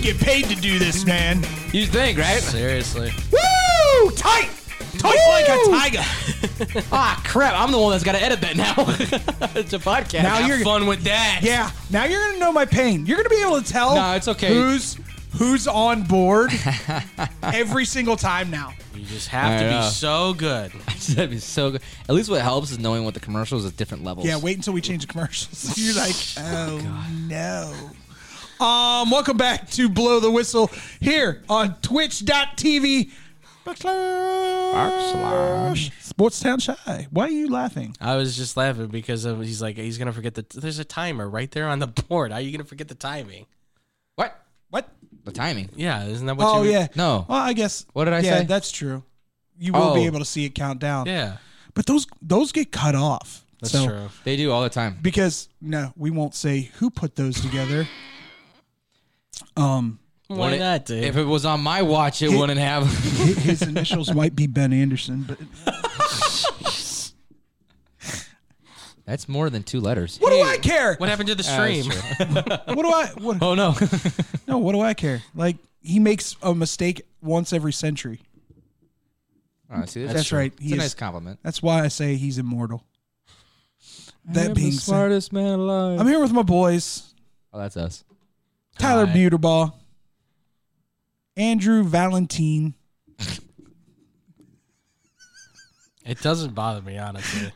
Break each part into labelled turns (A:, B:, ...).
A: get paid to do this, man.
B: You think, right?
C: Seriously.
A: Woo! Tight! Tight like a tiger.
C: Ah, crap. I'm the one that's got to edit that now. it's a podcast.
A: Now
B: Have
A: you're-
B: fun with that.
A: Yeah. Now you're gonna know my pain. You're gonna be able to tell.
B: No, it's okay.
A: Who's who's on board every single time now.
C: you just
B: I
C: have to
B: know.
C: be so good.
B: That'd be so good. At least what helps is knowing what the commercials at different levels.
A: Yeah. Wait until we change the commercials. you're like, oh, no. Um. Welcome back to Blow the Whistle here on Twitch.tv. Backslash. Sports Town Shy. Why are you laughing?
C: I was just laughing because of, he's like, he's going to forget the. There's a timer right there on the board. How are you going to forget the timing?
B: What?
A: What?
B: The timing.
C: Yeah, isn't that what
A: Oh
C: you
A: yeah.
B: No.
A: Well, I guess.
B: What did I
A: yeah,
B: say?
A: That's true. You will be
B: Oh.
A: able to see it count down.
C: Yeah,
A: But those those get cut off.
C: that's
A: So-
C: true.
B: They do all the time.
A: Because no, we won't say who put those together. Um,
C: Why
B: When it-
C: not, dude?
B: If it was on my watch, it wouldn't have.
A: hi- his initials might be Ben Anderson, but
B: That's more than two letters.
A: what do I care?
C: what happened to the
B: Ah, that's
C: stream?
B: true.
A: What do I? What,
B: oh no.
A: no, what do I care? Like he makes a mistake once every century.
B: Oh, see, that's,
A: That's
B: true.
A: right.
B: It's
A: He
B: a
A: is-
B: nice compliment.
A: That's why I say he's immortal. That being said,
B: smartest man alive.
A: I'm here with my boys,
B: oh, that's us.
A: Tyler
C: Hi.
A: Buterbaugh, Andrew Valentine.
C: It doesn't bother me, honestly.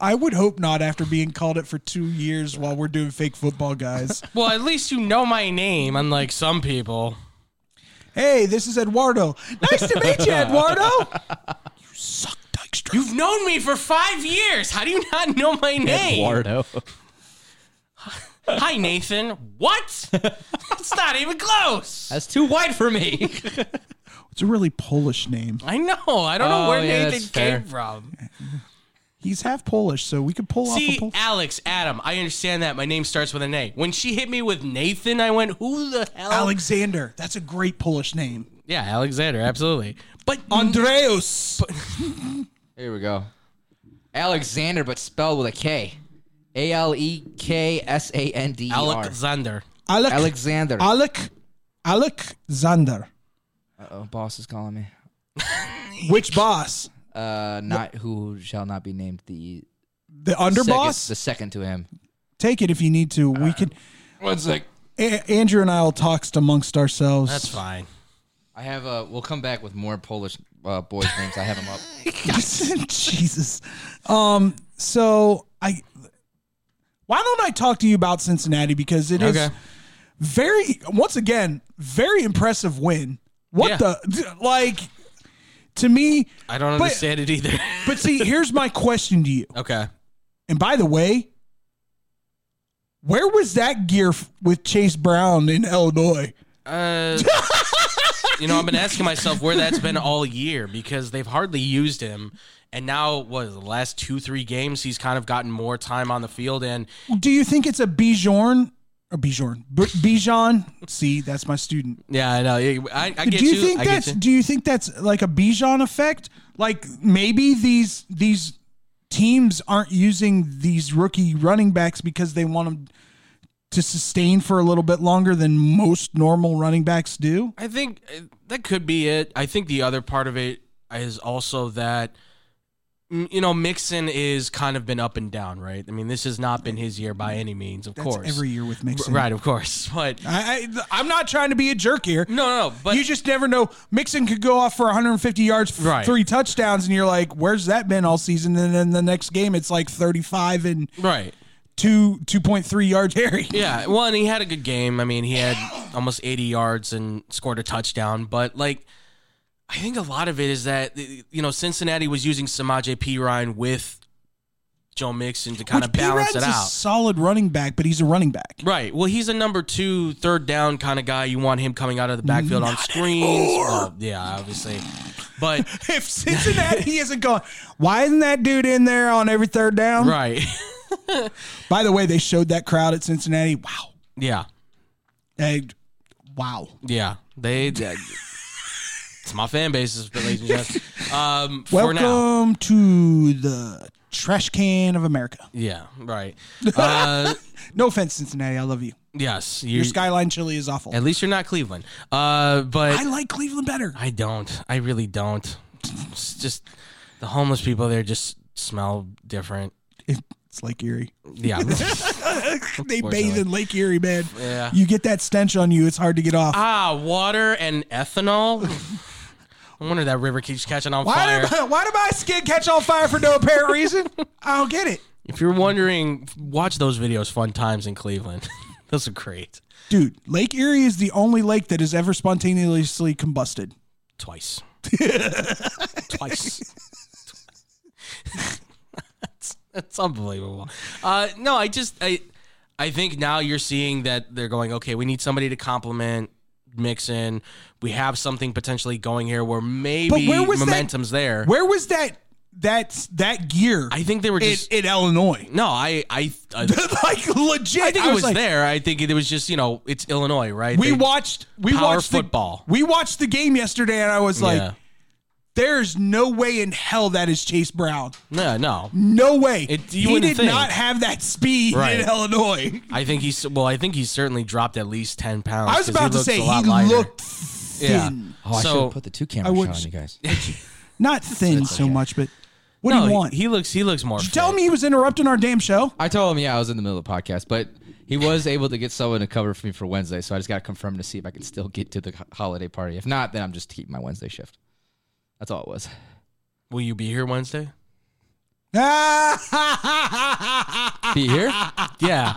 A: I would hope not after being called it for two years while we're doing fake football guys.
C: well, at least you know my name, unlike some people.
A: Hey, this is Eduardo. Nice to meet you, Eduardo. you suck, Dykstra.
C: You've known me for five years. How do you not know my name?
B: Eduardo.
C: Hi, Nathan. What? it's not even close.
B: That's too wide for me.
A: It's a really Polish name.
C: I know. I don't know
B: Oh,
C: where
B: yeah,
C: Nathan
B: that's fair.
C: came from.
A: He's half Polish, so we could pull off a
C: See,
A: Polish.
C: Alex, Adam, I understand that. My name starts with an A. When she hit me with Nathan, I went, who the hell?
A: Alexander. That's a great Polish name.
C: Yeah, Alexander, absolutely. But
A: Andreas.
B: Here we go. Alexander, but spelled with a K. A L E K S A N D E R.
C: Alexander.
A: Alec.
B: Alexander.
A: Alec. Alexander.
B: Oh, boss is calling me.
A: Which boss?
B: Uh, not who shall not be named the
A: The
B: second,
A: underboss?
B: the second to him.
A: Take it if you need to. We can.
B: One sec.
A: A- Andrew and I will talk amongst ourselves.
C: That's fine.
B: I have uh We'll come back with more Polish uh, boys' names. I have them up.
A: Jesus. Um. So I. Why don't I talk to you about Cincinnati because it is
C: Okay.
A: very once again very impressive win. What
C: Yeah.
A: the like to me?
C: I don't
A: But-
C: understand it either.
A: But see, here's my question to you.
C: okay.
A: And by the way, where was that gear f- with Chase Brown in Illinois?
C: Uh, you know, I've been asking myself where that's been all year because they've hardly used him. And now, what, the last two, three games, he's kind of gotten more time on the field. And
A: Do you think it's a Bijon or Bijon? B- Bijon? See, that's my student.
C: yeah, I know. I, I get
A: do you,
C: you.
A: think
C: I
A: that's
C: get you.
A: do you think that's like a Bijan effect? Like maybe these these teams aren't using these rookie running backs because they want them to sustain for a little bit longer than most normal running backs do.
C: I think uh, that could be it. I think the other part of it is also that mm, you know Mixon is kind of been up and down, right? I mean, this has not been his year by any means, of
A: That's
C: course.
A: every year with Mixon.
C: right, of course. But no,
A: I, I I'm not trying to be a jerk here.
C: no, no, but
A: you just never know. Mixon could go off for 150 yards, f-
C: Right.
A: three touchdowns, and you're like, "Where's that been all season?" And then the next game, it's like 35 and
C: right.
A: two 2.3 yards. Harry,
C: Yeah, well, and he had a good game. I mean, he had almost 80 yards and scored a touchdown. But like, I think a lot of it is that you know Cincinnati was using Samaje P Ryan with Joe Mixon to kind of
A: P.
C: balance it
A: Ryan's a
C: out.
A: solid running back, but he's a running back.
C: Right. Well, he's a number two, third down kind of guy. You want him coming out of the backfield on screens. Well, yeah, obviously. But
A: If Cincinnati isn't going, why isn't that dude in there on every third down?
C: right.
A: By the way, they showed that crowd at Cincinnati. Wow.
C: Yeah.
A: Hey, wow.
C: Yeah. They. they- it's my fan bases, but ladies and gentlemen. Um, for now.
A: Welcome to the trash can of America.
C: Yeah. Right. Uh,
A: No offense, Cincinnati. I love you.
C: Yes,
A: Your
C: you.
A: skyline chili is awful.
C: At least you're not Cleveland. Uh, but
A: I like Cleveland better.
C: I don't. I really don't. It's just the homeless people there just smell different.
A: It's Lake Erie.
C: Yeah.
A: they bathe in Lake Erie, man.
C: Yeah.
A: You get that stench on you, it's hard to get off.
C: ah, water and ethanol. I wonder that river keeps catching on
A: why,
C: fire.
A: did my, why did my skin catch on fire for no apparent reason? I don't get it.
C: if you're wondering, watch those videos. Fun times in Cleveland. those are great.
A: Dude, Lake Erie is the only lake that has ever spontaneously combusted.
C: Twice. Twice. that's, that's unbelievable. Uh, no, I just I I think now you're seeing that they're going, okay, we need somebody to complement mix in. We have something potentially going here where maybe
A: where was that-
C: momentum's there.
A: Where was that that that gear
C: I think they were
A: in,
C: just
A: in Illinois?
C: no, I I I,
A: like legit.
C: I think
A: I
C: it was
A: like,
C: there. I think it was just, you know, it's Illinois, right?
A: We
C: They-
A: watched we
C: Power
A: watched
C: football.
A: The, we watched the game yesterday and I was
C: Yeah.
A: like, there's no way in hell that is Chase Brown.
C: No, no.
A: No way.
C: It- you
A: he
C: wouldn't
A: did
C: think.
A: not have that speed
C: Right.
A: in Illinois.
C: I think he's well. I think he's certainly dropped at least ten pounds.
A: I was
C: 'cause
A: about to
C: looks
A: say
C: a
A: he
C: lot lighter.
A: looked thin.
B: Oh, I
C: So-
B: should have put the two camera
A: I would-
B: shot on you guys.
A: Not thin so much, but what
C: No,
A: do
C: he-
A: you want?
C: He, looks. He looks more.
A: Did you tell me he was interrupting our damn show?
B: I told him, yeah, I was in the middle of the podcast, but he was able to get someone to cover for me for Wednesday. So I just got to confirm to see if I can still get to the ho- holiday party. If not, then I'm just keeping my Wednesday shift. That's all it was.
C: Will you be here Wednesday?
B: Be here?
C: Yeah.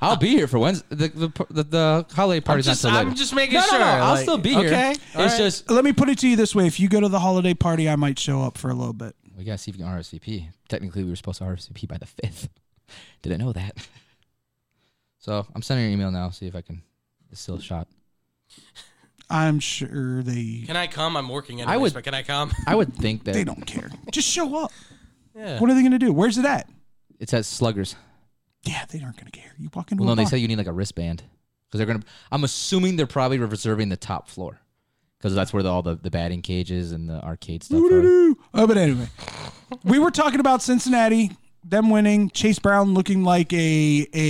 B: I'll be here for Wednesday. The the, the, the holiday party's
C: just-
B: not till
C: I'm
B: later.
C: just making
B: no,
C: sure,
B: No, no, I'll
C: like,
B: still be here.
C: okay,
B: It's
C: all right.
B: just
A: Let me put it to you this way: If you go to the holiday party, I might show up for a little bit.
B: we gotta see if we can RSVP. Technically, we were supposed to RSVP by the fifth. Didn't know that. So I'm sending an email now. See if I can it's still a shot.
A: I'm sure they
C: Can I come? I'm working. Anyways,
B: I would-
C: But can I come?
B: I would think that
A: they don't care. Just show up.
C: Yeah.
A: What are they going to do? Where's it at?
B: it says sluggers.
A: Yeah, they aren't going to care. You walk into
B: Well,
A: a
B: no, they
A: bar.
B: say you need like a wristband because they're gonna. I'm assuming they're probably reserving the top floor because that's where the, all the, the batting cages and the arcade stuff are.
A: Doo-doo-doo. Oh, but anyway, we were talking about Cincinnati, them winning, Chase Brown looking like a a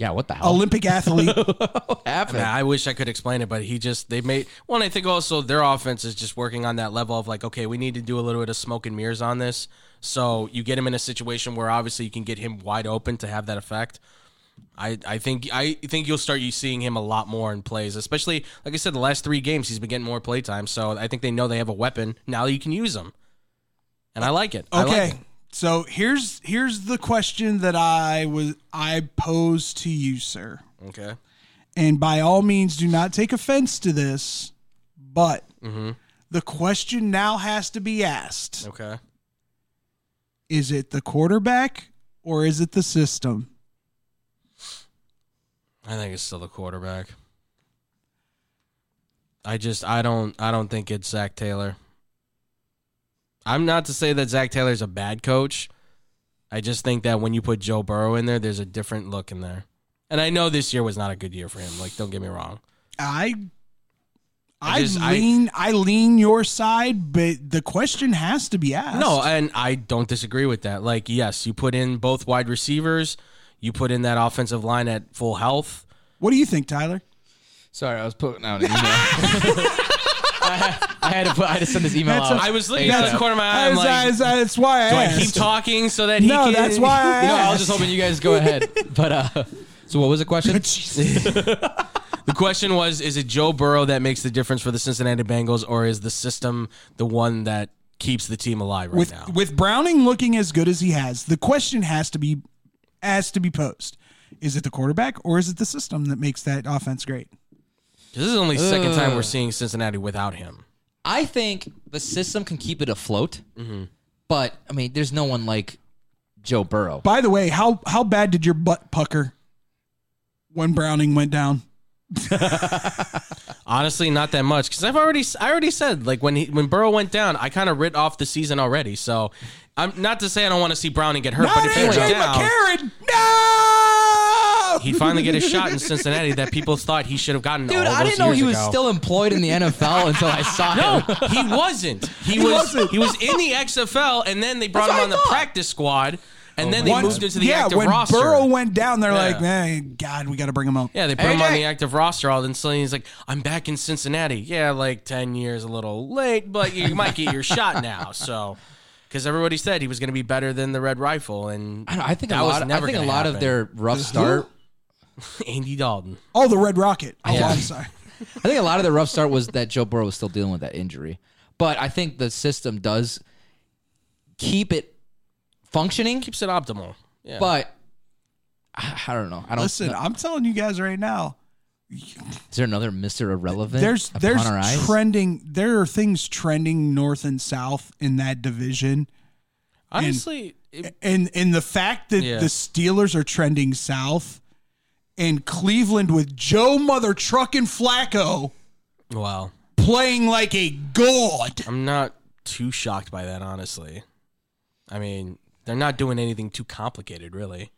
B: Yeah, what the hell?
A: Olympic athlete.
B: happened?
C: Yeah, I wish I could explain it, but he just they made well. And I think also their offense is just working on that level of like, okay, we need to do a little bit of smoke and mirrors on this. So you get him in a situation where obviously you can get him wide open to have that effect. I, I think I think you'll start you seeing him a lot more in plays, especially like I said, the last three games he's been getting more play time. So I think they know they have a weapon now. You can use him, and I like it. I like
A: Okay.
C: it.
A: so here's here's the question that I was I posed to you, sir.
C: Okay.
A: And by all means do not take offense to this, but the question now has to be asked.
C: Mm-hmm. Okay.
A: Is it the quarterback or is it the system?
C: I think it's still the quarterback. I just I don't I don't think it's Zach Taylor. I'm not to say that Zach Taylor's a bad coach. I just think that when you put Joe Burrow in there, there's a different look in there. And I know this year was not a good year for him. Like, don't get me wrong.
A: I
C: I
A: I,
C: just- I-
A: lean I, lean your side, but the question has to be asked.
C: No, and I don't disagree with that. Like, yes, you put in both wide receivers, you put in that offensive line at full health.
A: what do you think, Tyler?
B: Sorry, I was putting out an email. I, I had to put. I had to send this email
A: That's
B: out.
A: a-
C: I was looking
B: Yeah.
C: at the corner of my eye. I'm
A: That's- that's,
C: like,
A: that's why I
C: do I
A: asked.
C: keep talking so that he
A: No,
C: can?
A: that's why I
B: no, I was
A: asked.
B: just hoping you guys go ahead. But uh, so what was the question?
C: The question was: Is it Joe Burrow that makes the difference for the Cincinnati Bengals, or is the system the one that keeps the team alive right
A: with
C: now?
A: with Browning looking as good as he has, the question has to be has to be posed: Is it the quarterback or is it the system that makes that offense great?
C: 'Cause this is only the second time we're
B: Ugh.
C: seeing Cincinnati without him.
B: I think the system can keep it afloat, but I mean, there's no one like Joe Burrow.
A: By the way, how how bad did your butt pucker when Browning went down?
C: Honestly, not that much because I've already I already said like when he, when Burrow went down, I kind of writ off the season already. So I'm not to say I don't want to see Browning get hurt, but
A: Not
C: if he went
A: AJ
C: down,
A: McCarron. No.
C: he'd finally get a shot in Cincinnati that people thought he should have gotten.
B: Dude,
C: all
B: I
C: those
B: didn't know
C: years
B: he was
C: ago.
B: still employed in the NFL until I saw
C: No,
B: him.
C: he wasn't. He, was
A: wasn't.
C: he was in the XFL, and then they brought
B: That's
C: him
B: what
C: on
B: I
C: the
B: thought.
C: practice squad.
B: Oh,
C: And then they
A: Once-
C: moved into the
A: yeah,
C: active
A: when
C: roster.
A: Burrow went down, they're
C: Yeah.
A: like, man, God, we got to bring him up.
C: yeah, they put him
B: AJ.
C: on the active roster. All then suddenly he's like, "I'm back in Cincinnati." Yeah, like ten years, a little late, but you might get your shot now. So, because everybody said he was going to be better than the Red Rifle, and
B: I, don't know, I think
C: That
B: a
C: was
B: lot. I
C: never
B: think a
C: gonna
B: lot of
C: happen.
B: their rough start.
C: Andy Dalton.
A: Oh, the Red Rocket. Oh,
B: Yeah.
A: I'm sorry.
B: I think a lot of their rough start was that Joe Burrow was still dealing with that injury. But I think the system does keep it functioning.
C: keeps it optimal. Yeah.
B: But I, I don't know. I don't.
A: Listen,
B: know.
A: I'm telling you guys right now,
B: is there another Mister Irrelevant?
A: there's
B: upon
A: there's
B: our eyes?
A: trending. There are things trending north and south in that division,
C: honestly, it-
A: and and the fact that
C: Yeah.
A: the Steelers are trending south, and Cleveland with Joe Mother Truck and Flacco
C: wow,
A: playing like a god.
C: I'm not too shocked by that. Honestly, I mean, they're not doing anything too complicated, really.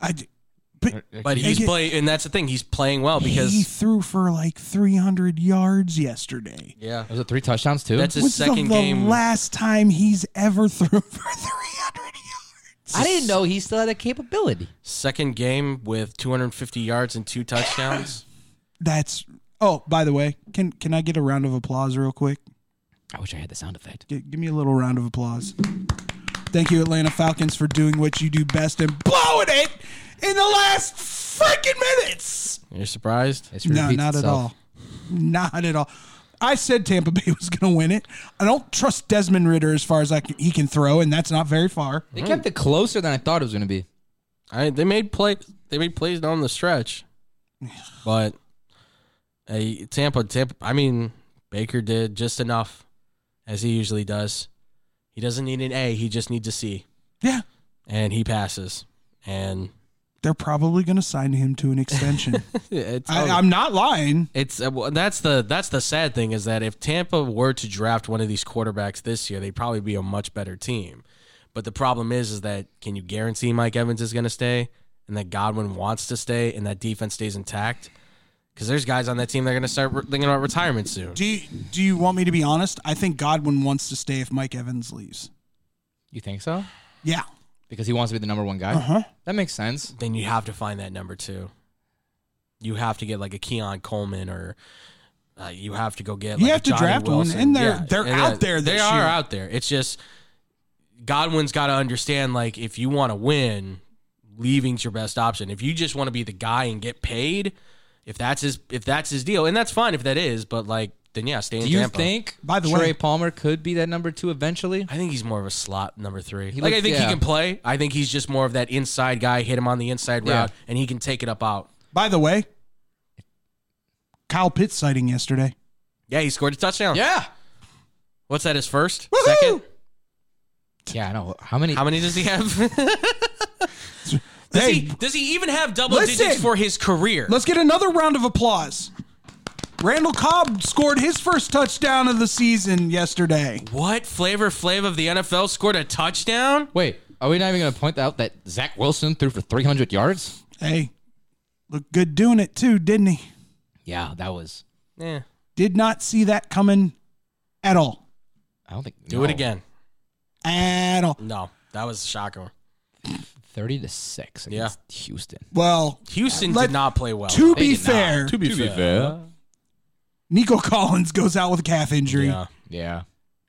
A: I, d- but
C: But he's
A: Again-
C: playing, and that's the thing. He's playing well because
A: he threw for like 300 yards yesterday.
C: yeah,
B: Was it three touchdowns too?
C: that's his
A: What's the,
C: second
A: the
C: game.
A: last time he's ever threw for 300 yards?
B: I didn't know he still had that capability.
C: second game with 250 yards and two touchdowns.
A: That's oh, by the way, can can I get a round of applause real quick?
B: I wish I had the sound effect.
A: Gi- give me a little round of applause. Thank you, Atlanta Falcons, for doing what you do best and blowing it in the last freaking minutes.
C: You're surprised?
B: History
A: No,
B: repeats
A: not at
B: itself.
A: all. Not at all. I said Tampa Bay was going to win it. I don't trust Desmond Ritter as far as I can, he can throw, and that's not very far.
B: They kept it closer than I thought it was going to be.
C: I they made play they made plays down the stretch, but hey, Tampa Tampa. I mean, Baker did just enough as he usually does. He doesn't need an A. He just needs a C,
A: Yeah,
C: and he passes. And
A: they're probably going to sign him to an extension.
C: it's
A: I, I'm not lying.
C: it's uh, well, that's the that's the sad thing is that if Tampa were to draft one of these quarterbacks this year, they'd probably be a much better team. But the problem is, is that can you guarantee Mike Evans is going to stay, and that Godwin wants to stay, and that defense stays intact? Because there's guys on that team that are going to start re- thinking about retirement soon.
A: Do you, do you want me to be honest? I think Godwin wants to stay if Mike Evans leaves.
B: You think so?
A: Yeah.
B: Because he wants to be the number one guy.
A: Uh-huh.
B: That makes sense.
C: Then you have to find that number two. You have to get like a Keon Coleman or. Uh, you have to go get.
A: You
C: like,
A: have
C: a
A: to
C: Johnny
A: draft one,
C: Wilson.
A: and they're- they're
C: and,
A: out there
C: They
A: this
C: are
A: year.
C: out there. It's just Godwin's got to understand like if you want to win, leaving's your best option. If you just want to be the guy and get paid, if that's his if that's his deal, and that's fine if that is. But like then yeah, stay in
B: Do you
C: Tampa.
B: think
A: By the
B: Trey
A: way-
B: Palmer could be that number two eventually?
C: I think he's more of a slot number three.
B: He
C: like I
B: looks-
C: think
B: yeah.
C: he can play. I think he's just more of that inside guy. Hit him on the inside
B: Yeah.
C: route, and he can take it up out.
A: By the way, Kyle Pitts sighting yesterday.
C: Yeah, he scored a touchdown.
B: Yeah.
C: What's that? His 1st
A: Woohoo!
C: second.
B: Yeah, I know. How many?
C: How many does he have? does,
A: Hey,
C: he, does he even have double
A: Listen.
C: digits for his career?
A: let's get another round of applause. Randall Cobb scored his first touchdown of the season yesterday.
C: What flavor flav of the NFL scored a touchdown?
B: Wait, are we not even going to point out that Zach Wilson threw for 300 yards?
A: Hey, looked good doing it too, didn't he?
B: Yeah, that was.
C: Yeah.
A: Did not see that coming at all.
B: I don't think.
C: Do
B: no.
C: it again.
A: At all.
C: No, that was a shocker.
B: 30 to 6 against Houston.
A: Well,
C: Houston
A: Let-
C: did not play well.
A: to
B: They
A: be
B: did not.
A: fair,
B: be fair.
A: Nico Collins goes out with a calf injury.
C: yeah.
B: Yeah.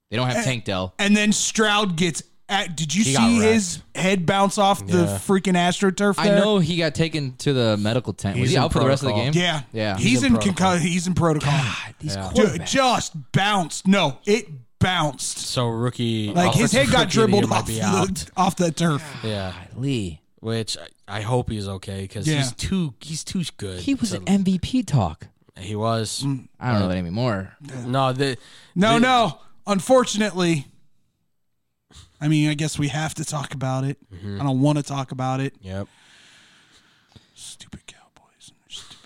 B: They don't
A: Eh.
B: have Tank Dell.
A: and then Stroud gets. At, did you
C: He got
A: see
C: wrecked.
A: his head bounce off the
C: Yeah.
A: freaking AstroTurf?
B: I
A: there?
B: know he got taken to the medical tent.
C: He's
B: was he
C: in
B: out for the rest of the game?
C: protocol.
A: Yeah,
B: Yeah.
A: He's,
C: He's in
A: in,
C: protocol.
A: conco- he's in protocol.
B: These
A: Dude,
B: quarterbacks.
A: just bounced. No, it bounced.
C: So rookie.
A: Like his
C: offensive
A: head got
C: rookie of the year
A: dribbled
C: might
A: off
C: be
A: the,
C: out.
A: off the turf.
C: Yeah.
B: Lee.
C: Which I, I hope he's okay because
A: Yeah.
C: he's too he's too good.
B: He was
C: to-
B: an MVP talk.
C: he was.
B: I don't know that anymore.
C: No, the
A: Mm, No,
C: The-
A: no. Unfortunately, I mean, I guess we have to talk about it.
C: Mm-hmm.
A: I don't want to talk about it.
C: Yep.
A: Stupid Cowboys. Stupid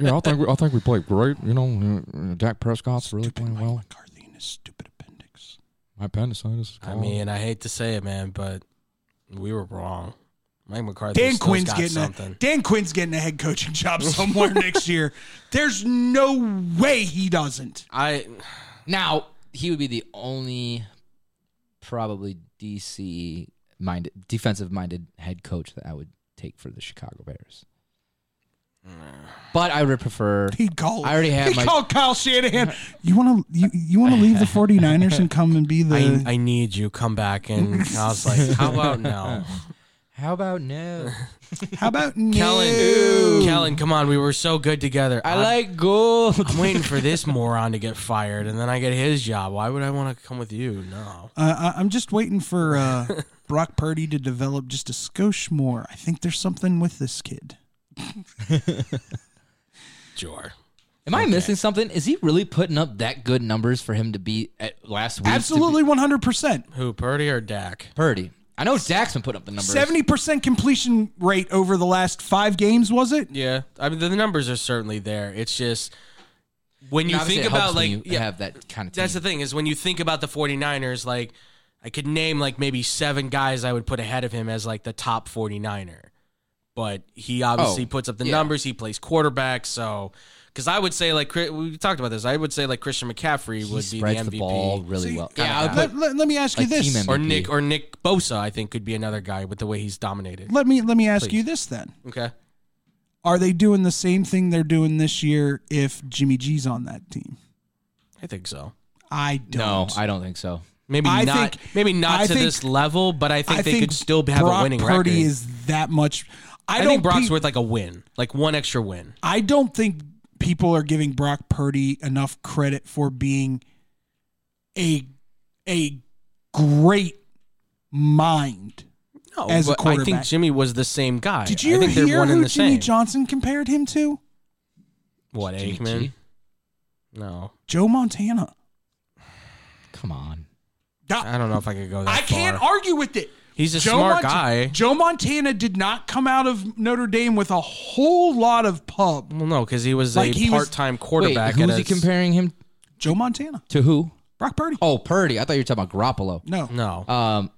D: Yeah, I think we, I think we played great. You know, uh, uh, Dak Prescott's really playing well.
A: McCarthy and his stupid appendix.
D: My appendicitis. is
C: I
D: gone.
C: mean, I hate to say it, man, but we were wrong. Mike McCarthy
A: Dan
C: still's
A: Quinn's
C: got
A: getting
C: something.
A: a Dan Quinn's getting a head coaching job somewhere next year. There's no way he doesn't.
C: I
B: Now, he would be the only probably DC minded defensive minded head coach that I would take for the Chicago Bears. But I would prefer
A: He'd call.
B: I already have
A: he'd
B: my-
A: call Kyle Shanahan. You want to you, you want to leave the 49ers and come and be the
C: I, I need you. Come back. And I was like, how about now?
B: How about no?
A: How about
C: Kellen,
A: no?
C: Kellen, come on. We were so good together.
B: I
C: I'm-
B: like gold.
C: I'm waiting for this moron to get fired, and then I get his job. Why would I want to come with you? No.
A: Uh, I- I'm just waiting for uh, Brock Purdy to develop just a skosh more. I think there's something with this kid.
C: Sure.
B: Am I missing something? Is he really putting up that good numbers for him to be at last week? to be-
A: Absolutely, 100 percent,
C: Who, Purdy or Dak?
B: Purdy. I know Dak's been putting up the numbers.
A: 70 percent completion rate over the last five games. Was it?
C: Yeah. I mean, the numbers are certainly there. It's just when
B: And
C: you
B: obviously
C: think
B: it helps
C: about,
B: when
C: like,
B: you
C: yeah,
B: have that kind of. Team.
C: that's the thing is when you think about the 49ers, like, I could name, like, maybe seven guys I would put ahead of him as, like, the top 49er. But he obviously
B: Oh,
C: puts up the
B: yeah.
C: numbers. He plays quarterback. So, because I would say, like, Chri- we talked about this. I would say, like, Christian
B: He
C: McCaffrey would be the
B: spreads
C: MVP.
B: the, ball really
A: See,
B: well.
A: yeah,
B: Yeah, I would
A: let,
B: put
A: let- let me ask you
B: like team
A: this.
B: member.
C: or
B: MVP.
C: Nick or Nick Bosa, I think could be another guy with the way he's dominated.
A: Let me let me ask
C: Please.
A: you this then.
C: Okay.
A: Are they doing the same thing they're doing this year if Jimmy G's on that team?
C: I think so.
A: I don't.
B: no. I don't think so.
C: Maybe
A: I
C: not
A: think-
C: maybe not
A: I
C: to
A: think-
C: this level, but I think they could still have
A: Brock
C: a winning
A: Purdy
C: record.
A: is that much. I,
C: I,
A: don't
C: think Brock's
A: pe-
C: worth like a win, like one extra win.
A: I don't think people are giving Brock Purdy enough credit for being a a great mind.
C: No,
A: As a
C: but I think
A: quarterback.
C: Jimmy was the same guy.
A: Did
C: I
A: you
C: think they're
A: hear
C: one and
A: who
C: the
A: Jimmy
C: same.
A: Johnson compared him to?
C: What
B: Jimmy
C: Aikman?
B: G?
C: No,
A: Joe Montana.
B: Come on.
A: I,
C: I don't know if I could go that
A: I can't
C: far.
A: argue with it.
C: He's a smart
A: Mont-
C: guy.
A: Joe Montana did not come out of Notre Dame with a whole lot of pub.
C: Well, no, because he was
A: Like,
C: a
A: he was-
C: part-time
B: Wait,
C: quarterback.
B: who's
C: at
B: he
C: a-
B: comparing him
A: Joe Montana,
B: to? Who?
A: Brock Purdy.
B: Oh, Purdy. I thought you were talking about Garoppolo.
A: No,
C: No.
B: Um,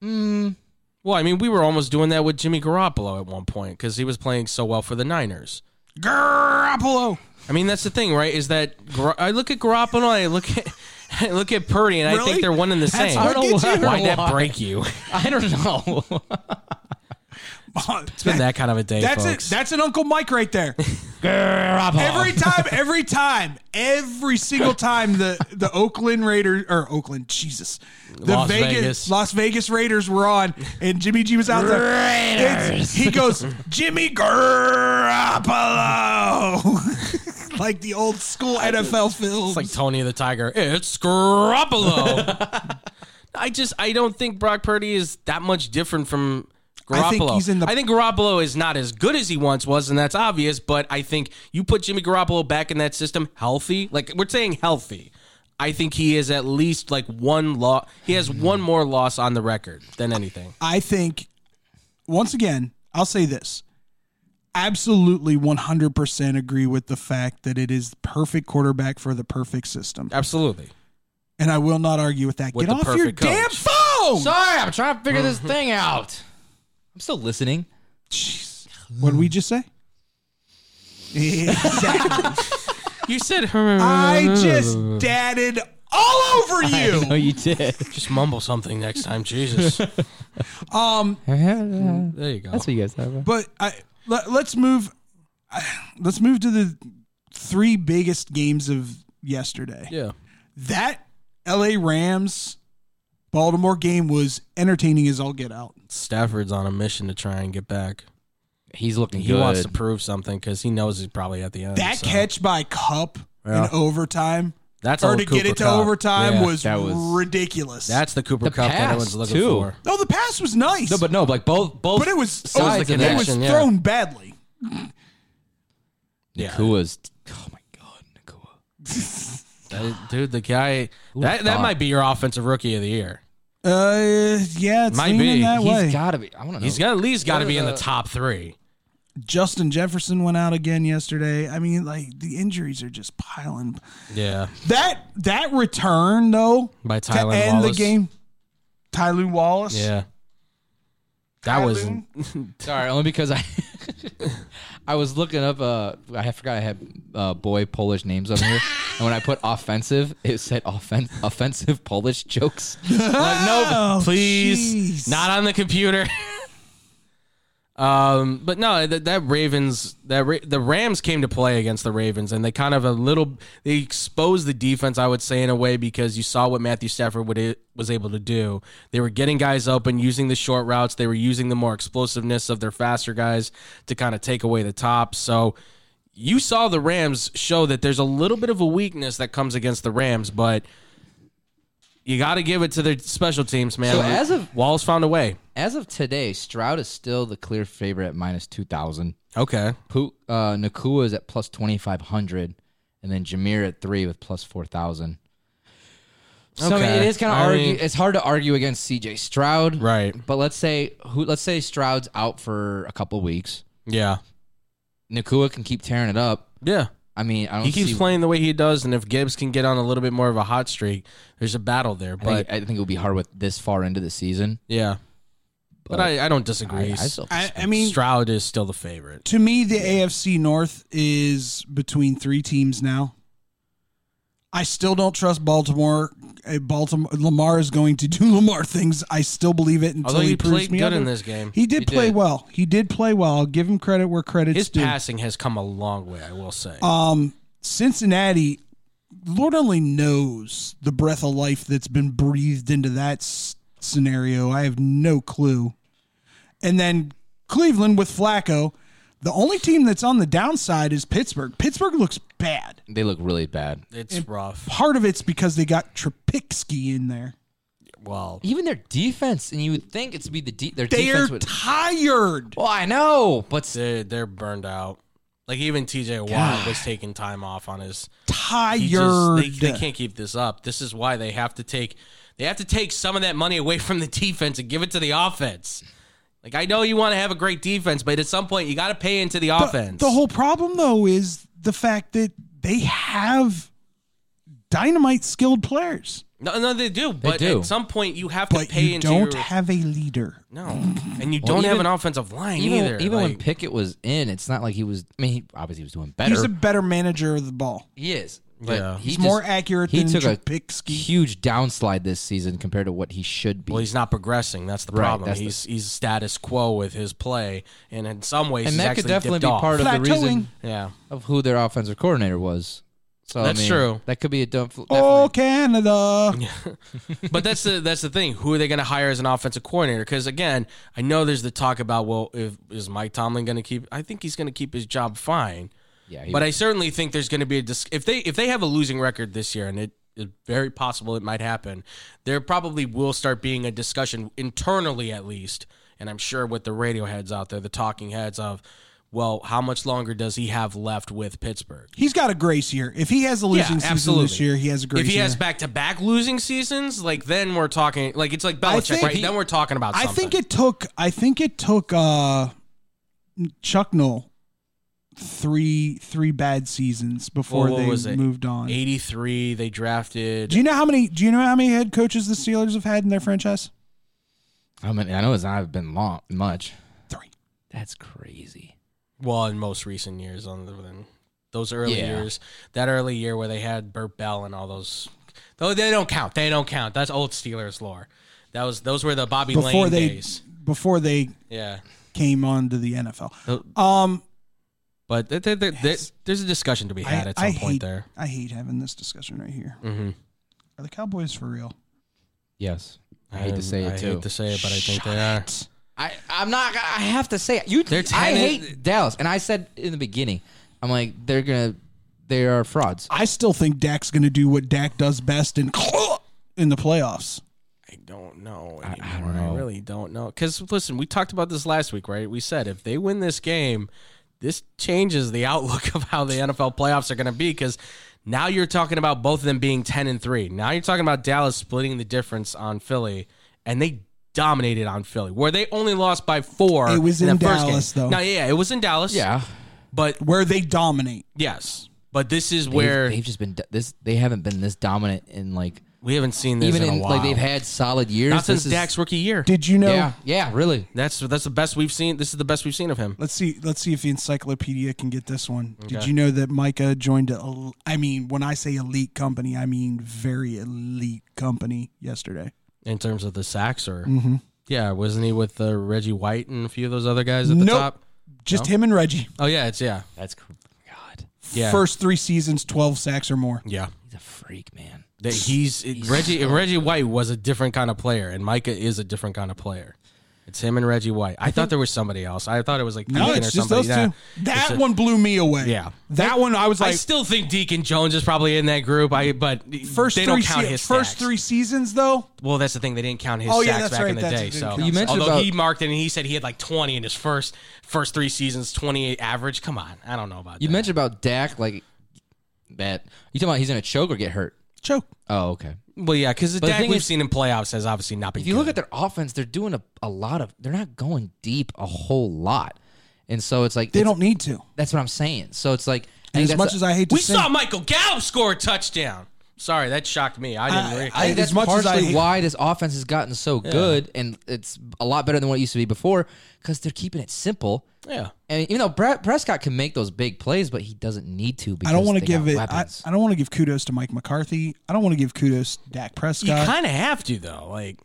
B: mm,
C: Well, I mean, we were almost doing that with Jimmy Garoppolo at one point because he was playing so well for the Niners.
A: Garoppolo.
C: I mean, that's the thing, right? Is that Gar- I look at Garoppolo, I look at I look at Purdy, and I
A: Really?
C: think they're one and the
A: That's
C: same.
A: what
C: I don't know
A: gets
C: why.
A: you?
C: Why'd
B: Why?
C: that break you?
B: I don't know.
C: It's been that kind of a day,
A: That's
C: folks.
A: it. That's an Uncle Mike right there. Every time, every time, every single time the the Oakland Raiders or Oakland, Jesus, the
C: Las Vegas.
A: Las Vegas Raiders were on, and Jimmy G was out there. it's- He goes, Jimmy Garoppolo, like the old school NFL films.
C: it's like Tony the Tiger. It's Garoppolo. I just I don't think Brock Purdy is that much different from Garoppolo.
A: I think he's in the-
C: I think Garoppolo is not as good as he once was, and that's obvious. But I think you put Jimmy Garoppolo back in that system healthy, like we're saying healthy. I think he is at least like one law. He has one more loss on the record than anything.
A: I think, once again, I'll say this. Absolutely 100% agree with the fact that it is the perfect quarterback for the perfect system.
C: Absolutely.
A: And I will not argue with that.
C: With
A: Get
C: the
A: off your
C: perfect
A: damn
C: coach.
A: phone!
B: Sorry, I'm trying to figure this thing out. I'm still listening.
A: Jeez. What did we just say? exactly.
C: You said
A: I just dadded all over you.
B: No, you did.
C: just mumble something next time, Jesus.
A: Um,
D: That's
C: There you go.
D: what you guys have.
A: but I let, let's move. Let's move to the three biggest games of yesterday.
C: yeah.
A: that LA Rams Baltimore game was entertaining as all get out.
C: Stafford's on a mission to try and get back.
B: He's looking
C: He
B: good.
C: wants to prove something because he knows he's probably at the end.
A: That
C: so.
A: catch by Cup
C: Yeah.
A: in overtime
C: that's
A: or
C: old
A: to get
C: Cooper
A: it to
C: Kupp.
A: overtime
C: Yeah,
A: was,
B: that was-
A: ridiculous.
C: that's the Cooper
B: The
C: Cup that
B: pass,
C: everyone's looking
B: too.
C: for.
A: no, the pass was nice,
B: no,
A: but,
B: but no, like both both.
A: it was
B: sides of the
A: it, was
C: connection, yeah.
A: thrown badly.
C: Yeah,
B: Nakua's. Oh my god, Nakua.
C: That- dude, the guy that that
B: thought?
C: might be your offensive rookie of the year.
A: Uh, yeah, it's
C: Might
A: leaning
C: be.
A: that way.
B: He's got to be. I want to know.
C: He's got at least got to
B: are
C: be in the
A: Uh,
B: the-
C: top three.
A: Justin Jefferson went out again yesterday. I mean, like the injuries are just piling.
C: Yeah,
A: That that return though
C: by
A: to
C: Tyler
A: end
C: Wallace.
A: the game, Tyloo Wallace.
C: Yeah, that was
A: Tyler-
B: Sorry, only because I I was looking up. Uh, I forgot I had uh, boy Polish names on here, and when I put offensive, it said offen- offensive Polish jokes.
C: Like, no,
A: Oh,
C: please,
A: jeez.
C: not on the computer. um, but no, that, that Ravens, that Ra- the Rams came to play against the Ravens, and they kind of a little they exposed the defense, I would say, in a way because you saw what Matthew Stafford would, was able to do. They were getting guys open, using the short routes. They were using the more explosiveness of their faster guys to kind of take away the top. So. You saw the Rams show that there's a little bit of a weakness that comes against the Rams, but you got to give it to their special teams, man.
B: So as of-
C: Walls found a way.
B: As of today, Stroud is still the clear favorite at minus two thousand.
C: Okay.
B: Pu- uh, Nakua is at plus 2,500, and then Jameer at three with plus 4,000. So I mean,
C: Okay.
B: it is kind of
C: I
B: argue.
C: mean-
B: it's hard to argue against CJ Stroud,
C: Right.
B: But let's say who? Let's say Stroud's out for a couple weeks.
C: Yeah.
B: Nakua can keep tearing it up.
C: Yeah.
B: I mean, I don't.
C: He keeps
B: see-
C: playing the way he does, and if Gibbs can get on a little bit more of a hot streak, there's a battle there.
B: I think,
C: But
B: I think it would be hard with this far into the season.
C: yeah. But,
B: But
C: I, I don't
B: I,
C: disagree.
B: I still,
A: I, I mean,
C: Stroud is still the favorite.
A: to me, the AFC North is between three teams now. I still don't trust Baltimore. Uh, Baltimore Lamar is going to do Lamar things. I still believe it until
C: Although
A: he,
C: he
A: proves
C: played
A: me
C: good in
A: other-
C: this game.
A: He did
B: He
A: play
B: did.
A: well. He did play well. I'll give him credit where credit's
C: His
A: due.
C: passing has come a long way, I will say.
A: Um, Cincinnati, Lord only knows the breath of life that's been breathed into that s- scenario. I have no clue. And then Cleveland with Flacco. The only team that's on the downside is Pittsburgh. Pittsburgh looks bad.
B: they look really bad.
C: it's rough.
A: Part of it's because they got Trapicki in there.
C: Well,
B: Even their defense, and you would think it's be the de- their
A: They're
B: defense. Would,
A: tired.
B: well, I know, but s-
C: they're, they're burned out. Like even TJ Watt was taking time off on his He just-
A: Tired.
C: they- they, can't keep this up. This is why they have to take they have to take some of that money away from the defense and give it to the offense. Like I know you want to have a great defense, but at some point you got to pay into the
A: But
C: offense.
A: The whole problem, though, is the fact that they have dynamite skilled players.
C: no, no, they do. But
B: do.
C: at some point you have to
A: but
C: pay
A: you
C: into
A: don't
C: your
A: have a leader.
C: no, and you don't have
B: even-
C: an offensive line
B: even
C: either.
B: even when
C: Like,
B: Pickett was in, it's not like he was. I mean, he, obviously he was doing better.
A: He's a better manager of the ball.
B: He is. But
C: Yeah.
B: he
A: He's
B: just-
A: more accurate
B: He
A: than
B: took a
A: Trubisky.
B: huge downslide this season compared to what he should be.
C: well, he's not progressing. That's the
B: Right,
C: problem.
B: that's the-
C: he's he's status quo with his play, and in some ways,
B: and
C: he's
B: that could
C: actually
B: definitely
C: dipped
B: be
C: off.
B: part of the
A: Plateauing.
B: reason
C: Yeah,
B: of who their offensive coordinator was. So I
C: That's
B: mean,
C: true.
B: That could be a dump.
A: Oh, Canada.
C: but that's the that's the thing. Who are they going to hire as an offensive coordinator? Because again, I know there's the talk about well, if, is Mike Tomlin going to keep? I think he's going to keep his job fine.
B: yeah, he-
C: But I certainly think there's going to be a dis- if they if they have a losing record this year, and it is very possible it might happen. There probably will start being a discussion internally, at least, and I'm sure with the radio heads out there, the talking heads of, well, how much longer does he have left with Pittsburgh?
A: He's got a grace year. If he has a
C: Yeah,
A: losing season this
C: absolutely.
A: year, he has a grace
C: If he
A: year.
C: has back to back losing seasons, like then we're talking like it's like Belichick,
A: think
C: right?
A: he-
C: then we're talking about
A: I
C: something.
A: think it took I think it took uh Chuck Knoll three three bad seasons before
C: Well, what
A: they
C: was it?
A: moved on.
C: eighty three they drafted
A: Do you know how many do you know how many head coaches the Steelers have had in their franchise?
B: I mean, I know it's not been long much.
A: Three.
B: That's crazy.
C: well in most recent years other than those early
B: Yeah.
C: years. That early year where they had Burt Bell and all those though they don't count. They don't count. That's old Steelers lore. That was those were the Bobby
A: Before
C: Lane
A: they
C: days.
A: before they
C: Yeah.
A: came on to the NFL.
C: Tho-
A: Um
C: But th- th- th- th- there's a discussion to be had at some point
A: hate,
C: there.
A: I hate having this discussion right here.
C: Mhm.
A: Are the Cowboys for real?
B: Yes, I hate to say it
C: Um, I
B: too.
C: hate to say it, but I think they are.
B: I I'm not. I have to say it. you.
C: They're
B: I
C: tenant-
B: hate Dallas, and I said in the beginning, I'm like they're gonna. They are frauds.
A: I still think Dak's going to do what Dak does best in in the playoffs.
C: I don't know.
B: I don't
C: anymore.
B: know.
C: really don't know. Because listen, we talked about this last week, right? We said if they win this game, this changes the outlook of how the NFL playoffs are going to be. Because now you're talking about both of them being ten and three. Now you're talking about Dallas splitting the difference on Philly, and they dominated on Philly, where they only lost by four.
A: It was in
C: that first
A: Dallas,
C: game.
A: though.
C: No, yeah, it was in Dallas.
B: Yeah,
C: but
A: Where they dominate.
C: yes, but this is
B: They've-
C: where
B: they've, just been d- this they haven't been this dominant in like
C: We haven't seen this
B: Even
C: in,
B: in,
C: a while.
B: like they've had solid years.
C: not since
B: This is-
C: Dak's rookie year.
A: Did you know?
B: Yeah, yeah, really.
C: That's that's the best we've seen. This is the best we've seen of him.
A: Let's see. Let's see if the encyclopedia can get this one. Did you know that Micah joined? A, el- I mean, when I say elite company, I mean very elite company. Yesterday,
C: in terms of the sacks or
A: Mm-hmm.
C: yeah wasn't he with uh, reggie white and a few of those other guys at the
A: Nope.
C: top
A: just him and Reggie.
C: oh yeah it's yeah
B: That's cr- God.
C: yeah
A: First three seasons, twelve sacks or more.
C: yeah
B: He's a freak, man.
C: that he's, reggie reggie white was a different kind of player and micah is a different kind of player it's him and reggie white i thought there was somebody else i thought it was like
A: No,
C: Deacon
A: it's
C: or
A: just
C: somebody
A: those
C: Yeah.
A: two. That
C: It's a-
A: one blew me away.
C: Yeah.
A: that one I was
C: I
A: like.
C: still think Deacon Jones is probably in that group. I but
A: First
C: they
A: three,
C: don't count
A: se-
C: his
A: first
C: sacks.
A: three seasons though.
C: Well, that's the thing; they didn't count his
A: Oh, yeah,
C: sacks
A: that's
C: back
A: right,
C: in the
A: that's-
C: day.
A: it didn't
C: So
A: count
B: You mentioned
C: although
B: about-
C: he marked it, and he said he had like twenty in his first first three seasons, twenty eight average. Come on, I don't know about
B: You
C: that.
B: mentioned about Dak, like that. You talking about he's gonna choke or get hurt?
A: Choke.
B: Oh, okay.
C: Well, yeah, because the
B: the
C: Dak
B: thing
C: we've
B: is-
C: seen in playoffs has obviously not been.
B: If you
C: good.
B: look at their offense, they're doing a, a lot of. They're not going deep a whole lot, and so it's like
A: They
B: it's-
A: don't need to.
B: That's what I'm saying. So it's like I
A: And
B: think
A: as
B: that's
A: much
B: a-
A: as I hate to
C: we
A: say,
C: saw Michael Gallup score a touchdown. Sorry, that shocked me. I didn't. really-
B: I think
A: as
B: that's
A: much as I
B: partially
A: hate-
B: why this offense has gotten so good, and it's a lot better than what it used to be before because they're keeping it simple.
C: yeah,
B: And even though Brett Prescott can make those big plays, but he doesn't need to. Because
A: I don't
B: want to
A: give it. I,
B: Weapons.
A: I don't want to give kudos to Mike McCarthy. I don't want to give kudos to Dak
C: you
A: Prescott.
C: kind of have to though. Like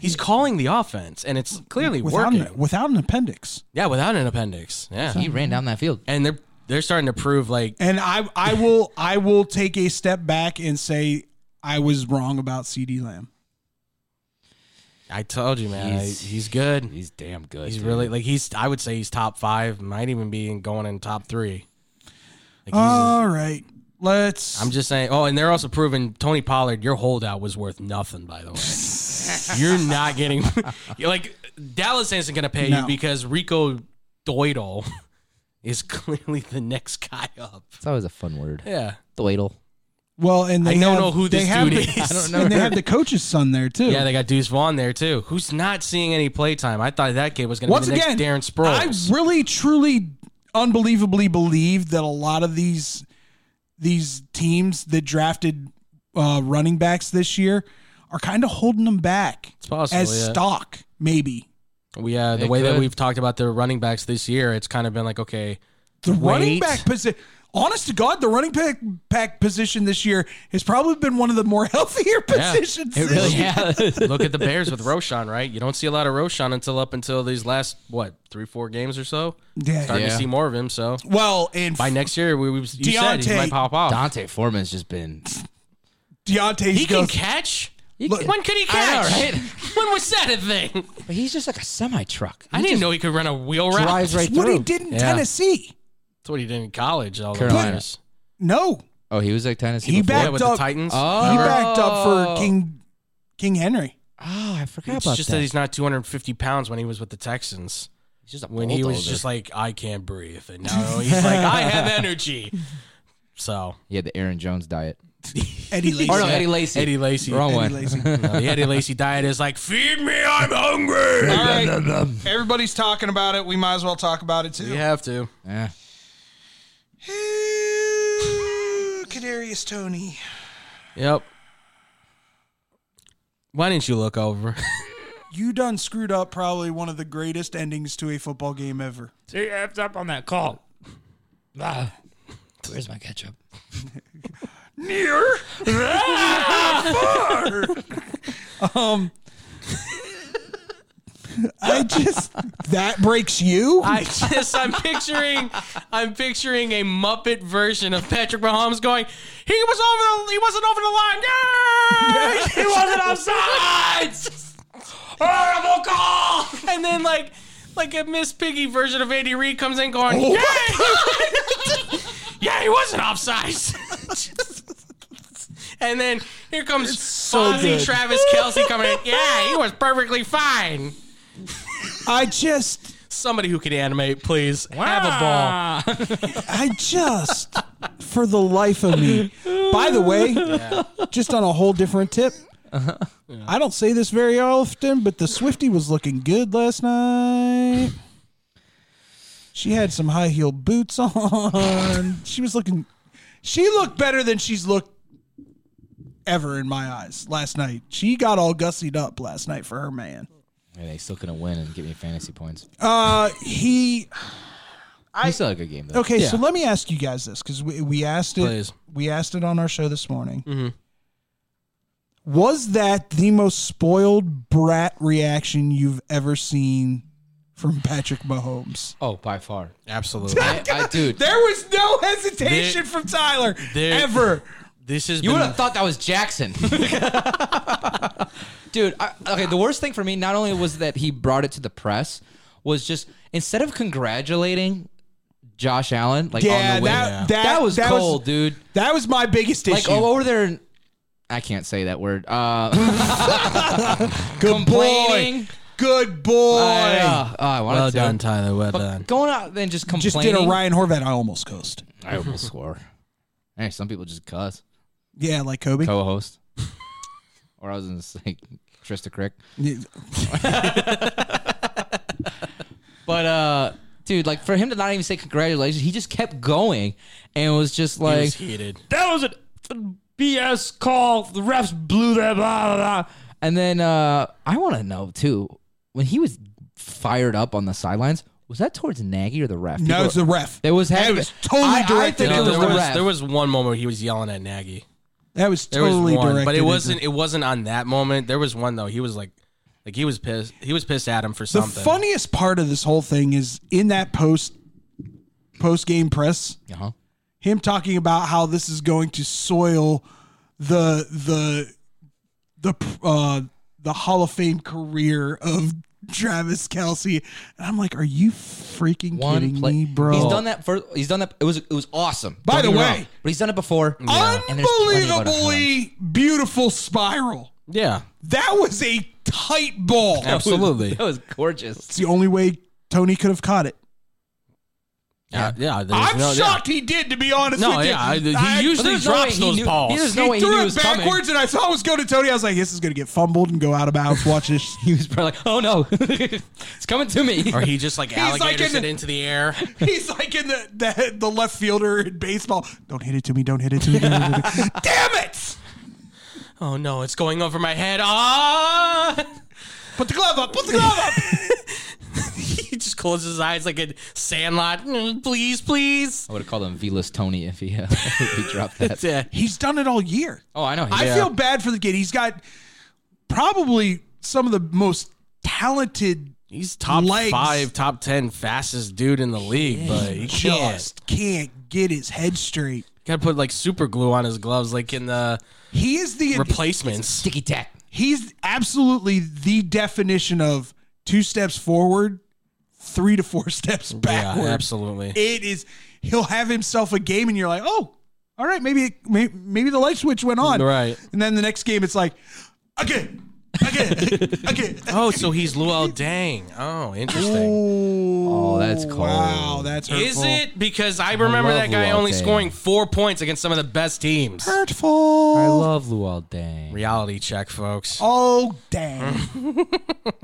C: he's calling the offense, and it's clearly
A: without
C: working.
A: an, without an appendix.
C: yeah, without an appendix. Yeah,
B: he ran down that field.
C: and they're they're starting to prove like
A: And I I will I will take a step back and say I was wrong about CD Lamb.
C: I told you, man. I- He's,
B: He's-
C: good.
B: He's damn good.
C: He's really like he's. I would say he's top five. Might even be in- going in top three. Like he's,
B: Uh,
A: All right. Let's
C: I'm just saying. Oh, and they're also proving Tony Pollard, your holdout was worth nothing. By the way, you're not getting you're like Dallas isn't going to pay you
A: No.
C: because Rico Doidle is clearly the next guy up.
B: It's always a fun word.
C: Yeah,
B: Doidle.
A: well and they
C: I don't
A: have-
C: know who
A: they
C: this
A: have
C: dude
A: the-
C: is. I don't
A: And they have the coach's son there too.
C: yeah, they got Deuce Vaughn there too, who's not seeing any play time. I thought that kid was going to be
A: Once
C: the
A: again,
C: next Darren
A: I
C: Sproles.
A: really truly unbelievably believe that a lot of these these teams that drafted uh, running backs this year are kind of holding them back
C: it's possible.
A: as
C: yeah.
A: stock maybe.
C: we uh, the
B: It
C: way that
B: could.
C: we've talked about the running backs this year, it's kind of been like okay,
A: The running
C: Wait.
A: back position, honest to God, the running back, back position this year has probably been one of the more healthier
C: Yeah,
A: positions.
B: It
A: this
B: really
A: year.
B: has.
C: look at the Bears with Roshan, right? You don't see a lot of Roshan until up until these last what three, four games or so.
A: Yeah.
C: Starting to
B: Yeah.
C: see more of him. So
A: Well, and
C: by next year, we, we you said he
A: Deontay-
C: might pop off.
B: Dante Foreman's just been.
A: Deontay's
C: he can
A: goes,
C: catch.
A: Look-
C: when could he catch?
B: I know,
C: when was that a thing?
B: But he's just like a semi truck.
C: I didn't know he could run a wheel route.
B: Drives right
A: what he
B: through.
A: did in
C: Yeah.
A: Tennessee.
C: That's what he did in college. All
B: Carolina.
C: Carolina's.
A: No,
B: Oh, he was like Tennessee.
A: He
B: before?
A: back-
C: Yeah, with the
A: Dog-
C: Titans.
B: Oh.
A: he
B: Remember?
A: backed up
C: Oh.
A: for King King Henry.
B: Oh, I forgot
C: it's
B: about
C: just
B: that.
C: that. he's not 250 pounds when he was with the Texans.
B: he's just a
C: When he was
B: bulldozer.
C: just like, I can't breathe, and now he's like, I have energy. So
B: he had the Aaron Jones diet.
A: Eddie Lacy.
B: Or no, Eddie Lacey.
C: Eddie Lacy.
B: Wrong
A: Eddie
B: one.
A: Lacy.
C: No, the Eddie Lacy diet is like, feed me, I'm hungry.
A: All right. Everybody's talking about it. We might as well talk about it too.
C: You have to.
B: Yeah.
A: Kadarius Tony.
C: Yep. Why didn't you look over?
A: You done screwed up probably one of the greatest endings to a football game ever.
D: See, F's up on that call.
C: Ah,
B: Where's my ketchup?
A: near far. um I just that breaks you?
C: I just I'm picturing I'm picturing a Muppet version of Patrick Mahomes going, he was over the he wasn't over the line. Yay! He wasn't offside. Horrible call. And then like like a Miss Piggy version of Andy Reid comes in going, Yay! Oh. yeah, he wasn't offside. And then here comes
A: so
C: Fozzie
A: good.
C: Travis Kelsey coming in. Yeah, he was perfectly fine.
A: I just
C: Somebody who can animate, please. Have a ball.
A: I just for the life of me. By the way, just on a whole different tip. I don't say this very often, but the Swifty was looking good last night. She had some high heel boots on. She was looking she looked better than she's looked ever in my eyes last night. She got all gussied up last night for her man.
B: And they still couldn't win and get me fantasy points.
A: Uh, he
B: I still had a good game though.
A: okay. So let me ask you guys this because we, we asked it
C: Please.
A: we asked it on our show this morning.
B: Mm-hmm.
A: Was that the most spoiled brat reaction you've ever seen from Patrick Mahomes?
B: Oh, by far.
C: Absolutely.
B: I, I dude,
A: There was no hesitation from Tyler
C: there-
A: ever.
C: this has
B: you
C: been
B: would have thought that was Jackson. dude, I, okay, the worst thing for me not only was that he brought it to the press was just instead of congratulating Josh Allen like on
A: Yeah,
B: the win.
A: that-
B: That,
A: that-
B: was
A: that was-
B: cold, dude.
A: That was my biggest
B: Like
A: issue.
B: oh, over there in- I can't say that word. Uh
A: Good
B: complaining.
A: boy. Good boy.
B: I, uh, oh, I wanted
C: well
B: to.
C: done, Tyler. Well done.
B: Going out and just
A: Just
B: complaining.
A: did a Ryan Horvat. I almost coast.
B: I will score. Hey, some people just cuss.
A: Yeah, like Kobe.
B: Co-host, or I was gonna say Trista Crick.
A: Yeah.
B: But uh, dude, like for him to not even say congratulations, he just kept going and was just like,
C: He was heated.
B: "That was a BS call. The refs blew that." Blah blah blah. And then uh, I want to know too when he was fired up on the sidelines. Was that towards Nagy or the ref?
A: No,
B: People-
A: it's the ref.
B: It was
A: That
B: heavy-
A: was totally
B: I- I
A: directed.
B: think
A: at
B: it
C: No,
A: the
B: was
C: there
B: the
A: ref.
C: was
B: ref.
C: there was one moment where he was yelling at Nagy.
A: That was
C: There was
A: totally
C: one,
A: directed.
C: but
A: at
C: it
A: the-
C: wasn't. It wasn't on that moment. There was one though. He was like, like he was pissed. He was pissed at him for
A: The
C: something.
A: funniest part of this whole thing is in that post post game press,
B: uh-huh.
A: him talking about how this is going to soil the the the uh, the Hall of Fame career of Travis Kelsey. And I'm like, are you freaking kidding me, bro?
B: He's done that for. He's done that. It was. It was awesome.
A: By the
B: Don't get me
A: way-
B: wrong, but he's done it before. And there's plenty of other times.
A: Unbelievably beautiful spiral.
C: yeah,
A: That was a tight ball.
C: absolutely.
B: That was gorgeous.
A: It's the only way Tony could have caught it.
C: yeah, yeah, there's
A: I'm
C: no- yeah.
A: shocked he did, to be honest
C: No,
A: with
C: yeah, I-
A: you.
C: he usually
B: there's no way
C: drops
B: he
C: those
B: knew-
C: balls.
B: there's
A: he
B: no way he
A: threw
B: knew
A: it
B: was coming.
A: backwards, and I saw it was going to Tony. I was like, "This is going to get fumbled and go out of bounds." Watch this.
B: He was probably like, "Oh no, it's coming to me."
C: Or he just like
A: like
C: alligators
A: in
C: it
A: the-
C: into the air.
A: He's like in the, the the left fielder in baseball. Don't hit it to me. Don't hit it to me. Don't hit it to me. Damn it!
C: Oh no, it's going over my head. Ah!
A: Put the glove up. Put the glove up.
C: he just closes his eyes like a sandlot. Mm, Please, please.
B: I would have called him Velas Tony if he uh, if he dropped that.
C: Yeah.
A: He's done it all year.
B: Oh, I know.
A: I
B: Yeah.
A: feel bad for the kid. He's got probably some of the most talented,
C: He's top
A: Legs.
C: five, top ten fastest dude in the league, but he can't.
A: just can't get his head straight.
C: Gotta put like super glue on his gloves, like in the
A: He is the
C: replacements.
B: sticky tack.
A: he's absolutely the definition of two steps forward, three to four steps
C: Yeah,
A: backward.
C: absolutely.
A: It is. He'll have himself a game, and you're like, oh, all right, maybe it, may- maybe the light switch went on,
C: Right.
A: And then the next game, it's like, again, again, again.
C: Oh, so he's Luol Dang. Oh, interesting.
B: Oh, that's cold.
A: Wow, that's hurtful.
C: Is it because I remember
B: love
C: that guy
B: Luol
C: only
B: Deng.
C: scoring four points against some of the best teams?
A: hurtful?
B: I love Luol Deng.
C: Reality check, folks.
A: oh, dang.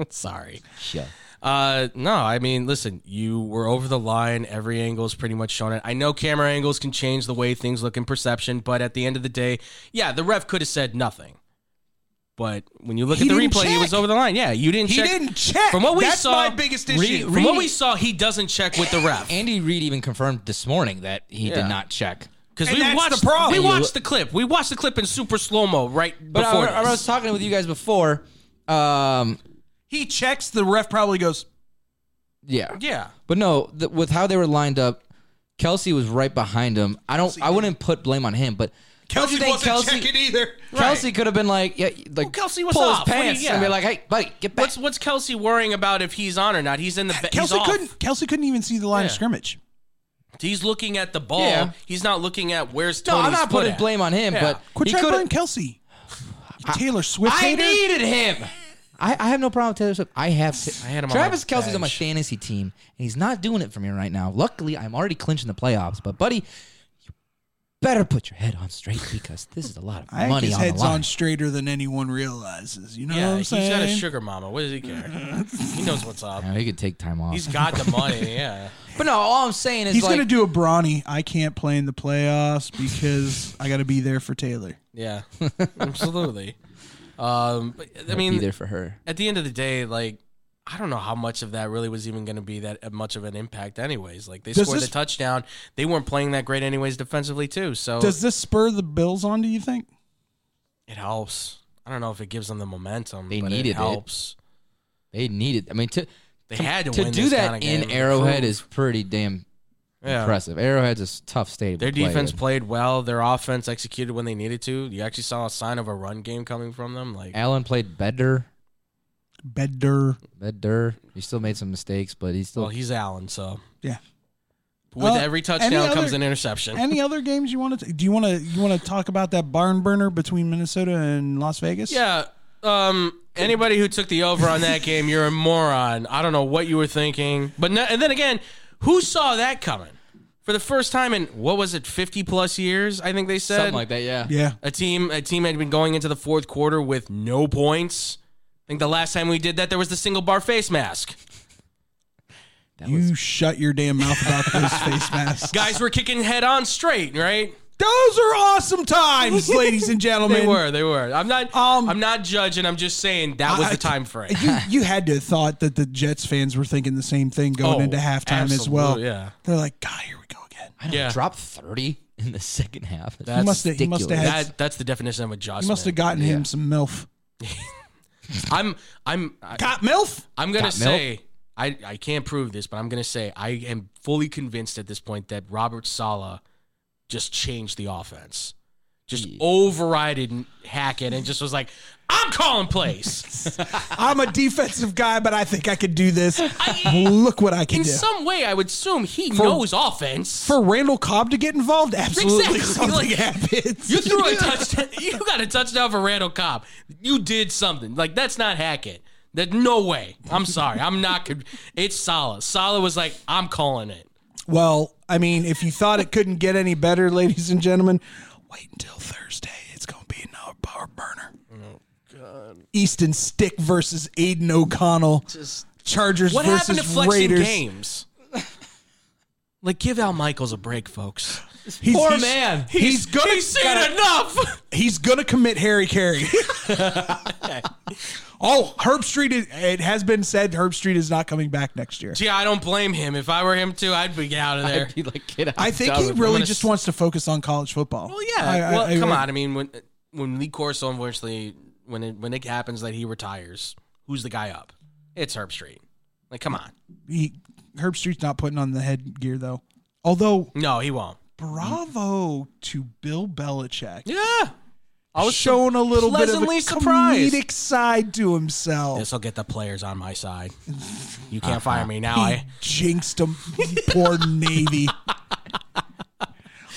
C: Sorry.
B: Yeah.
C: Uh, no, I mean, listen, you were over the line. Every angle is pretty much shown it. I know camera angles can change the way things look in perception, but at the end of the day, yeah, the ref could have said nothing. But when you look
A: He
C: at the
A: didn't
C: replay, he was
A: check.
C: over the line. Yeah, you didn't
A: He
C: check.
A: didn't check.
C: From what we
A: That's
C: saw,
A: my biggest
C: Re-
A: issue.
C: From what we saw, he doesn't check with the ref.
B: Andy Reid even confirmed this morning that he
C: Yeah.
B: did not check.
C: Because
A: And
C: we
A: that's
C: watched
A: the problem.
C: We
A: And you
C: watched the clip. We watched the clip in super slow mo right
B: But I,
C: before.
B: I was
C: this.
B: talking with you guys before. Um,
A: He checks, the ref probably goes,
B: yeah.
C: yeah.
B: But no, th- with how they were lined up, Kelsey was right behind him. I don't. I wouldn't put blame on him, but
A: Kelsey
B: don't you
A: wasn't checking either.
B: Kelsey could have been like, yeah, like
C: Kelsey was
B: pull
C: off.
B: his
C: What do you-
B: pants
C: yeah.
B: and be like, hey, buddy, get back.
C: What's what's Kelsey worrying about if he's on or not? He's in the. Be-
A: Kelsey
C: he's off.
A: couldn't. Kelsey couldn't even see the line of
C: Yeah.
A: scrimmage.
C: He's looking at the ball.
B: Yeah.
C: He's not looking at where's
B: no,
C: Tony's
B: I'm not
C: foot
B: putting
C: at.
B: blame on him,
C: Yeah.
B: but
A: Quit
B: he
A: trying to
B: could.
A: blame Kelsey. You Taylor Swift
B: I
A: hater.
B: needed him. I, I have no problem with Taylor Swift. I have. I
C: had him on
B: Travis
C: my
B: Kelsey's on my
C: bench.
B: fantasy team, and he's not doing it for me right now. Luckily, I'm already clinching the playoffs. But buddy, better put your head on straight because this is a lot of
A: I think
B: money
A: his
B: on
A: head's
B: the line.
A: on straighter than anyone realizes. You know
C: yeah,
A: what I'm
C: he's got
A: saying?
C: a sugar mama. What does he care? he knows what's up.
B: Yeah, he could take time off.
C: He's got the money. Yeah.
B: but no, all I'm saying is
A: He's
B: like,
A: gonna do a brawny. I can't play in the playoffs because I got to be there for Taylor.
C: Yeah. Absolutely. Um, but,
B: be
C: I mean,
B: there for her.
C: at the end of the day, like, I don't know how much of that really was even going to be that uh, much of an impact, anyways. Like, they
A: Does
C: scored
A: this-
C: the touchdown. They weren't playing that great, anyways, defensively, too. So
A: Does this spur the Bills on? Do you think?
C: it helps. I don't know if it gives them the momentum.
B: They
C: but
B: needed it.
C: it. Helps.
B: They needed. I mean, to
C: They had to,
B: to
C: win
B: do
C: this
B: that
C: kinda
B: in
C: game to
B: Arrowhead
C: prove-
B: is pretty damn
C: yeah.
B: impressive. Arrowhead's a s- tough stadium.
C: Their
B: to play
C: defense
B: in.
C: played well. Their offense executed when they needed to. You actually saw a sign of a run game coming from them. Like,
B: Allen played better.
A: Bedder.
B: Better. He still made some mistakes, but he still.
C: well, he's Allen, so
A: Yeah.
C: with
A: Uh,
C: every
A: any
C: touchdown comes
A: other-
C: an interception.
A: Any other games you want to? Do you want to? You want to talk about that barn burner between Minnesota and Las Vegas?
C: yeah. Um. Anybody who took the over on that game, you're a moron. I don't know what you were thinking, but no, and then again, who saw that coming? For the first time in what was it, 50 plus years? I think they said
B: Something like that, yeah.
A: Yeah.
C: A team a team had been going into the fourth quarter with no points. I think the last time we did that, there was the single bar face mask.
B: That was,
A: You shut your damn mouth about those face masks.
C: Guys were kicking head on straight, right?
A: Those are awesome times, ladies and gentlemen.
C: They were, they were. I'm not
A: Um,
C: I'm not judging, I'm just saying that was
A: I-
C: the time frame.
A: You, you had to have thought that the Jets fans were thinking the same thing going
C: Oh,
A: into halftime as well.
C: absolute, yeah.
A: They're like, God, here we go again.
B: I don't
C: Yeah.
B: drop thirty in the second half. That's
C: That's
A: must have- he must have
B: ridiculous.
A: had-
C: That that's the definition of
A: You must have
C: adjustment.
A: gotten him some MILF.
C: I'm I'm I,
A: Got MILF?
C: I'm gonna
B: Got milk?
C: say I, I can't prove this, but I'm gonna say I am fully convinced at this point that Robert Sala just changed the offense. Just overrided Hackett and just was like, I'm calling plays.
A: I'm a defensive guy, but I think I could do this. Look what I can
C: In
A: do.
C: some way, I would assume he knows offense.
A: For Randall Cobb to get involved, absolutely
C: Exactly,
A: something
C: like-
A: happens.
C: you threw a touchdown. You got a touchdown for Randall Cobb. You did something. Like that's not Hackett. That no way. I'm sorry. I'm not. Con- it's Sala. Sala was like, I'm calling it.
A: well, I mean, if you thought it couldn't get any better, ladies and gentlemen, wait until Thursday. It's going to be another power burner. Oh, God. Easton Stick versus Aiden O'Connell. Chargers
C: What
A: versus
C: happened to flexing
A: Raiders.
C: games? Like, give Al Michaels a break, folks.
A: He's,
B: Poor
A: he's-
B: man.
A: He's, gonna
C: He's seen enough.
A: he's gonna commit Harry Carey. oh, Herb Street. Is, it has been said Herb Street is not coming back next year.
C: Gee, I don't blame him. If I were him too, I'd be out of there.
B: I'd be like, get out.
A: I think
B: I'm
A: he really
C: gonna
A: just
C: s-
A: wants to focus on college football.
C: well, yeah.
A: I- I-
C: well,
A: I-
C: come
A: I-
C: on. I mean, when when Lee Corso, unfortunately, when it when it happens that he retires, who's the guy up? It's Herb Street. Like, come on.
A: He, Herb Street's not putting on the headgear though. Although,
C: No, he won't.
A: bravo to Bill Belichick.
C: Yeah.
A: I was showing a little bit of a
C: pleasantly surprised.
A: comedic side to himself.
C: This will get the players on my side. You can't fire me now. I
A: Jinxed him, poor Navy.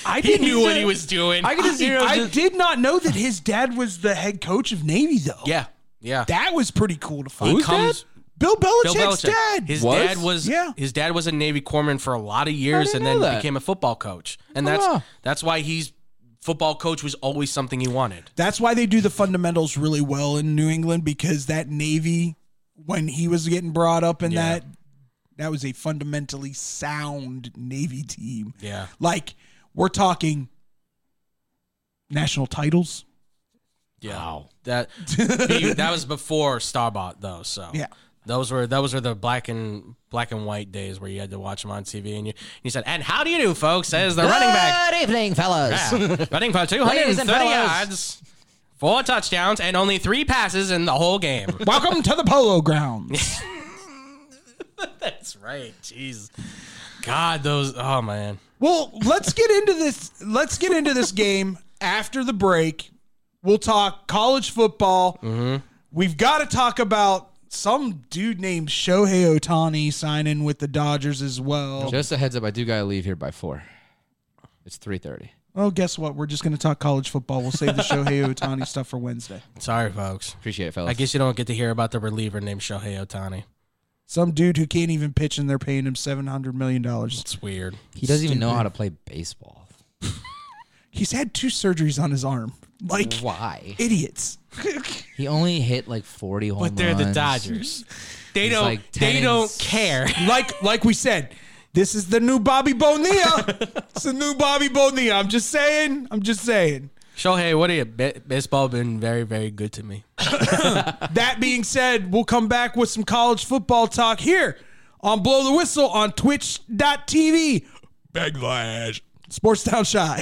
A: I
C: he
A: didn't
C: knew what he was doing.
B: I could just hear him
A: I
B: just-
A: did not know that his dad was the head coach of Navy, though.
C: yeah. Yeah.
A: That was pretty cool to find.
C: He comes-
A: Bill Belichick's
C: Bill Belichick.
A: dad.
C: His
B: Was?
C: dad was
A: Yeah.
C: his dad was a Navy corpsman for a lot of years
B: didn't
C: and
B: know that.
C: then became a football coach. And that's
B: Wow.
C: that's why he's football coach was always something he wanted.
A: That's why they do the fundamentals really well in New England because that Navy, when he was getting brought up in
C: Yeah.
A: that, that was a fundamentally sound Navy team.
C: Yeah.
A: Like, we're talking national titles.
C: Yeah. That he- that was before Starbot though, so.
A: Yeah.
C: Those were those were the black and black and white days where you had to watch him on TV and you he said, "And how do you do, folks?" says the running back.
B: Good evening, fellas.
C: Yeah. Running for
B: Ladies
C: 230
B: and fellas.
C: yards, four touchdowns, and only three passes in the whole game.
A: Welcome to the polo grounds.
C: That's right. Jeez. God, those. Oh, man.
A: Well, let's get into this. Let's get into this game after the break. We'll talk college football. We've got to talk about some dude named Shohei Otani signing with the Dodgers as well.
B: Just a heads up, I do gotta leave here by four. It's three thirty.
A: well, Oh, guess what? We're just going to talk college football. We'll save the Shohei Otani stuff for Wednesday.
C: Sorry, folks.
B: Appreciate it, fellas.
C: I guess you don't get to hear about the reliever named Shohei Otani.
A: Some dude who can't even pitch and they're paying him $700 million.
C: It's weird.
B: he doesn't even know how to play baseball.
A: He's had two surgeries on his arm. Like
B: Why?
A: idiots.
B: He only hit like 40 home
C: But they're the
B: runs.
C: Dodgers. They don't.
B: like 10
C: they
B: and
C: don't
B: s-
C: care.
A: like like we said, this is the new Bobby Bonilla. it's the new Bobby Bonilla. I'm just saying. I'm just saying.
C: Shohei, what are you? Ba- baseball been very, very good to me.
A: That being said, we'll come back with some college football talk here on Blow the Whistle on twitch.tv. Backlash. Sports Town Shy.